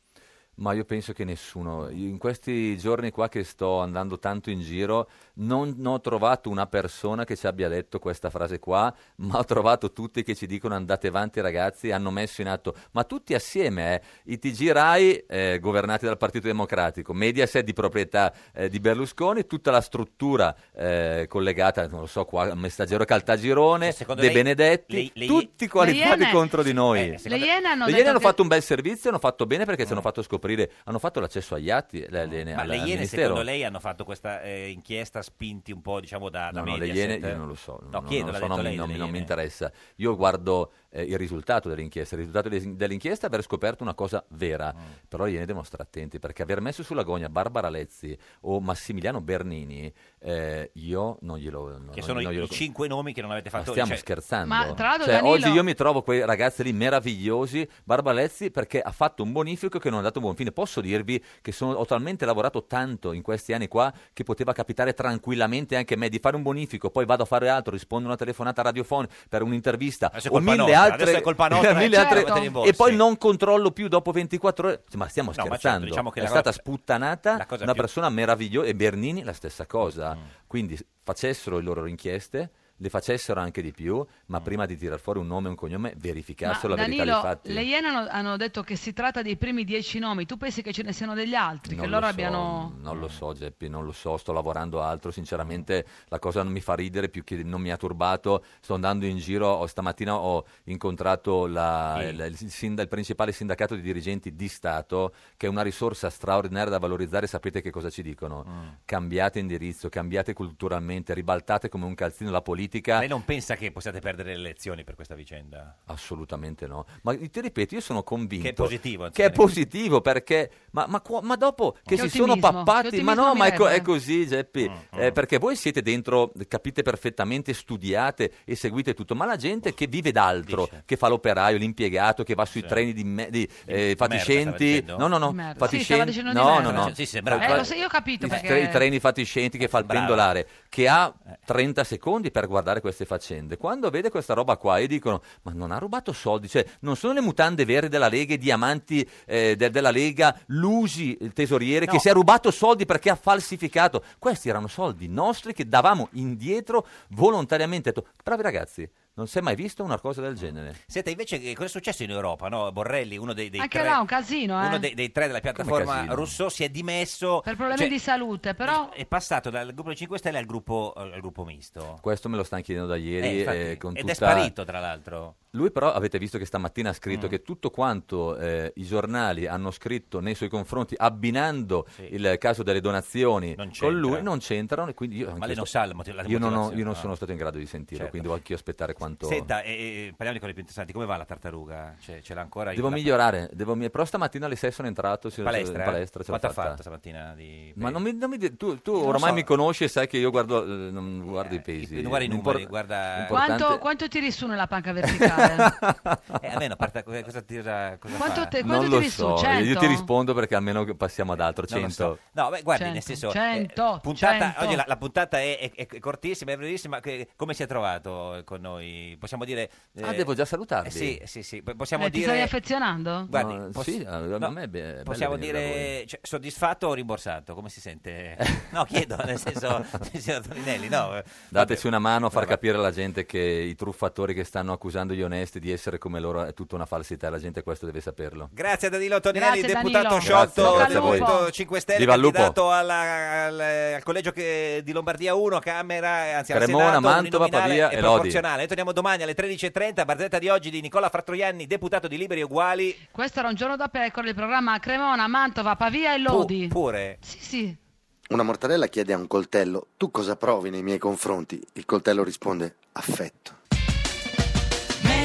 Speaker 7: Ma io penso che nessuno, in questi giorni qua che sto andando tanto in giro, non ho trovato una persona che ci abbia detto questa frase qua, ma ho trovato tutti che ci dicono andate avanti ragazzi, hanno messo in atto, ma tutti assieme, eh. i TG Rai eh, governati dal Partito Democratico, Mediaset di proprietà eh, di Berlusconi, tutta la struttura eh, collegata, non lo so qua, Messaggero Caltagirone,
Speaker 2: Cioè, secondo
Speaker 7: De
Speaker 2: lei- eh,
Speaker 7: Benedetti,
Speaker 2: le- le-
Speaker 7: tutti qualificati
Speaker 1: Le Iene-
Speaker 7: contro di noi.
Speaker 1: le Iene hanno
Speaker 7: Le
Speaker 1: Ah, detto
Speaker 7: Iene hanno
Speaker 1: che- Mm.
Speaker 7: fatto un bel servizio, hanno fatto bene perché ci hanno fatto scoprire, hanno fatto l'accesso agli atti, le, le-
Speaker 2: Ma
Speaker 7: al-
Speaker 2: le
Speaker 7: al
Speaker 2: Iene
Speaker 7: ministero.
Speaker 2: secondo lei hanno fatto questa eh, inchiesta spinti un po' diciamo da, da
Speaker 7: No, no, le
Speaker 2: Mediaset?
Speaker 7: Iene io non lo so,
Speaker 2: No,
Speaker 7: non- non,
Speaker 2: chiedo,
Speaker 7: lo
Speaker 2: l'ha
Speaker 7: so,
Speaker 2: detto
Speaker 7: non mi-
Speaker 2: lei
Speaker 7: non mi-
Speaker 2: delle
Speaker 7: non mi
Speaker 2: Iene.
Speaker 7: interessa. Io guardo eh, il risultato dell'inchiesta, il risultato de- dell'inchiesta è aver scoperto una cosa vera,
Speaker 2: Mm.
Speaker 7: però le Iene devono stare attenti perché aver messo sulla gogna Barbara Lezzi o Massimiliano Bernini, eh, io non glielo... non-
Speaker 2: Che
Speaker 7: non-
Speaker 2: sono
Speaker 7: non
Speaker 2: i,
Speaker 7: glielo-
Speaker 2: i cinque nomi che non avete
Speaker 7: Ma
Speaker 2: fatto
Speaker 7: stiamo
Speaker 2: cioè-
Speaker 7: scherzando.
Speaker 1: Ma tra l'altro,
Speaker 7: Cioè,
Speaker 1: Danilo-
Speaker 7: oggi io mi trovo quei ragazzi lì meravigliosi, Barbalezzi, perché ha fatto un bonifico che non è andato a buon fine. Posso dirvi che sono- ho talmente lavorato tanto in questi anni qua che poteva capitare tranquillamente anche a me di fare un bonifico, poi vado a fare altro, rispondo a una telefonata radiofonica per un'intervista
Speaker 2: Adesso è
Speaker 7: o
Speaker 2: colpa
Speaker 7: mille
Speaker 2: nostra,
Speaker 7: altre,
Speaker 2: adesso è colpa nostra, eh,
Speaker 7: mille
Speaker 2: certo.
Speaker 7: altre-
Speaker 2: avete rimborsi.
Speaker 7: e poi non controllo più dopo 24 ore. Ma stiamo
Speaker 2: No, ma certo,
Speaker 7: scherzando.
Speaker 2: diciamo che
Speaker 7: è
Speaker 2: la
Speaker 7: stata
Speaker 2: cosa- la
Speaker 7: sputtanata
Speaker 2: cosa
Speaker 7: una
Speaker 2: più-
Speaker 7: persona meravigliosa e Bernini la stessa cosa. Quindi s- facessero le loro inchieste, le facessero anche di più, ma prima di tirar fuori un nome e un cognome
Speaker 1: Ma,
Speaker 7: verificassero la verità dei
Speaker 1: Danilo,
Speaker 7: fatti.
Speaker 1: le Iene hanno, hanno detto che si tratta dei primi dieci nomi. Tu pensi che ce ne siano degli altri?
Speaker 7: Non
Speaker 1: che
Speaker 7: lo
Speaker 1: loro
Speaker 7: so,
Speaker 1: abbiano.
Speaker 7: Non lo so, Geppi, non lo so, sto lavorando altro, sinceramente la cosa non mi fa ridere più che non mi ha turbato, sto andando in giro, ho- stamattina ho incontrato la-
Speaker 2: Sì.
Speaker 7: il, il sinda- il principale sindacato di dirigenti di Stato, che è una risorsa straordinaria da valorizzare,
Speaker 1: Mm.
Speaker 7: sapete che cosa ci dicono? Cambiate indirizzo, cambiate culturalmente, ribaltate come un calzino la politica politica.
Speaker 2: Lei non pensa che possiate perdere le elezioni per questa vicenda?
Speaker 7: Assolutamente no. Ma ti ripeto, io sono convinto
Speaker 2: Che è positivo,
Speaker 7: che è positivo, perché. Ma, ma qua- ma dopo che,
Speaker 2: Che
Speaker 7: si sono
Speaker 2: ottimismo,
Speaker 7: pappati.
Speaker 2: che
Speaker 7: Ma no,
Speaker 2: ottimismo
Speaker 7: ma è, co-
Speaker 2: mi
Speaker 7: è
Speaker 2: leva.
Speaker 7: così, Geppi.
Speaker 2: Mm,
Speaker 7: Eh, perché voi siete dentro, capite perfettamente, studiate e seguite tutto. Ma la gente che vive d'altro, che fa l'operaio, l'impiegato, che va sui treni di, me- di, eh, fatiscenti.
Speaker 2: dicendo?
Speaker 7: No, no, no.
Speaker 2: Di merda.
Speaker 7: fatiscenti-
Speaker 2: Sì, stava dicendo di
Speaker 7: no,
Speaker 2: merda.
Speaker 7: no, no.
Speaker 2: Sì, sì, bravo.
Speaker 1: Eh, lo so, io ho capito
Speaker 7: I,
Speaker 1: perché-
Speaker 7: tre- i treni fatiscenti che fa il
Speaker 2: Brava.
Speaker 7: pendolare, che ha 30 secondi per guardare queste faccende. Quando vede questa roba qua e dicono: Ma non ha rubato soldi, cioè non sono le mutande vere della Lega, i diamanti eh, de- della Lega, l'Usi, il tesoriere,
Speaker 2: No.
Speaker 7: che si è rubato soldi perché ha falsificato. Questi erano soldi nostri che davamo indietro volontariamente. Ho detto, Bravi ragazzi, non si è mai visto una cosa del genere.
Speaker 2: Senta, invece, che cosa è successo in Europa? No? Borrelli, uno dei, dei
Speaker 1: Anche
Speaker 2: tre,
Speaker 1: là un casino, eh.
Speaker 2: uno dei, dei tre della piattaforma
Speaker 7: casino?
Speaker 2: Rousseau, si è dimesso.
Speaker 1: Per problemi
Speaker 2: cioè,
Speaker 1: di salute, però
Speaker 2: È passato dal gruppo dei 5 Stelle al gruppo, al gruppo misto.
Speaker 7: Questo me lo stanno chiedendo da ieri.
Speaker 2: Eh, infatti,
Speaker 7: eh, con
Speaker 2: ed
Speaker 7: tutta-
Speaker 2: è sparito, tra l'altro.
Speaker 7: Lui però avete visto che stamattina ha scritto
Speaker 2: Mm.
Speaker 7: che tutto quanto eh, i giornali hanno scritto nei suoi confronti abbinando il caso delle donazioni con
Speaker 2: c'entra.
Speaker 7: lui non c'entrano e quindi io, ho
Speaker 2: Ma lei non
Speaker 7: chiesto-
Speaker 2: sa la motiv- la
Speaker 7: io non, ho-
Speaker 2: motivazione,
Speaker 7: io non
Speaker 2: no?
Speaker 7: sono stato in grado di sentirlo,
Speaker 2: Certo.
Speaker 7: quindi devo anch'io aspettare quanto
Speaker 2: Senta, e- e- parliamo di cose più interessanti. Come va la tartaruga? Cioè, ce l'ha ancora? in
Speaker 7: devo
Speaker 2: una-
Speaker 7: migliorare, devo mi- però stamattina alle 6 sono entrato
Speaker 2: in
Speaker 7: sono-
Speaker 2: palestra? eh.
Speaker 7: in palestra ce l'ho
Speaker 2: Quanto ha
Speaker 7: fatta.
Speaker 2: fatto stamattina? Di...
Speaker 7: Ma non mi, non mi di- tu, tu
Speaker 2: Non lo
Speaker 7: ormai
Speaker 2: so.
Speaker 7: mi conosci e sai che io guardo, eh, non guardo i pesi.
Speaker 2: non guarda i
Speaker 7: L'impor-
Speaker 2: numeri, guarda-
Speaker 7: l'importante-
Speaker 1: quanto, quanto tiri su nella panca verticale?
Speaker 2: Eh, almeno, parta, cosa, cosa tira, cosa
Speaker 1: Quanto
Speaker 2: fa?
Speaker 1: te-
Speaker 7: non
Speaker 1: quanto
Speaker 7: lo
Speaker 1: tiri su?
Speaker 7: so, io
Speaker 1: 100?
Speaker 7: ti rispondo perché almeno che passiamo ad altro,
Speaker 2: Non lo
Speaker 7: 100.
Speaker 2: so. No, beh, guardi, nel
Speaker 1: 100,
Speaker 2: senso, eh,
Speaker 1: 100,
Speaker 2: puntata-
Speaker 1: 100.
Speaker 2: oggi la, la puntata è, è- è cortissima, è brevissima. Che- come si è trovato eh, con noi? Possiamo dire.
Speaker 7: Ah, devo già salutarvi.
Speaker 2: eh, sì, sì, sì. p- Possiamo
Speaker 1: Eh, Ti stai
Speaker 2: dire.
Speaker 1: affezionando?
Speaker 2: Guardi,
Speaker 7: No,
Speaker 2: poss-
Speaker 7: sì, a- a
Speaker 2: no,
Speaker 7: me è be- è bello
Speaker 2: possiamo
Speaker 7: venire da
Speaker 2: dire cioè, soddisfatto o rimborsato? Come si sente? No, chiedo, nel senso, signor Toninelli, no. eh,
Speaker 7: Dateci una mano a far
Speaker 2: Vabbè.
Speaker 7: capire alla gente che i truffatori che stanno accusando gli onesti di essere come loro è tutta una falsità, la gente questo deve saperlo.
Speaker 2: Grazie a Danilo Toninelli,
Speaker 1: Grazie,
Speaker 2: deputato
Speaker 1: Danilo.
Speaker 2: sciolto
Speaker 7: Grazie, grazie
Speaker 2: del
Speaker 7: a voi.
Speaker 2: Movimento 5 Stelle,
Speaker 7: Viva il lupo.
Speaker 2: candidato alla- al, al collegio che- di Lombardia 1, Camera, anzi al
Speaker 7: Cremona,
Speaker 2: Senato,
Speaker 7: Mantova,
Speaker 2: uninominale
Speaker 7: Pavia
Speaker 2: e
Speaker 7: e Lodi.
Speaker 2: proporzionale. Noi torniamo domani alle 13.30, barzetta di oggi di Nicola Frattoianni, deputato di Liberi e Uguali.
Speaker 1: Questo era un giorno da pecora, il programma a Cremona, Mantova, Pavia e Lodi.
Speaker 2: Pure.
Speaker 1: Sì, sì.
Speaker 11: Una mortadella chiede a un coltello, tu cosa provi nei miei confronti? Il coltello risponde, affetto.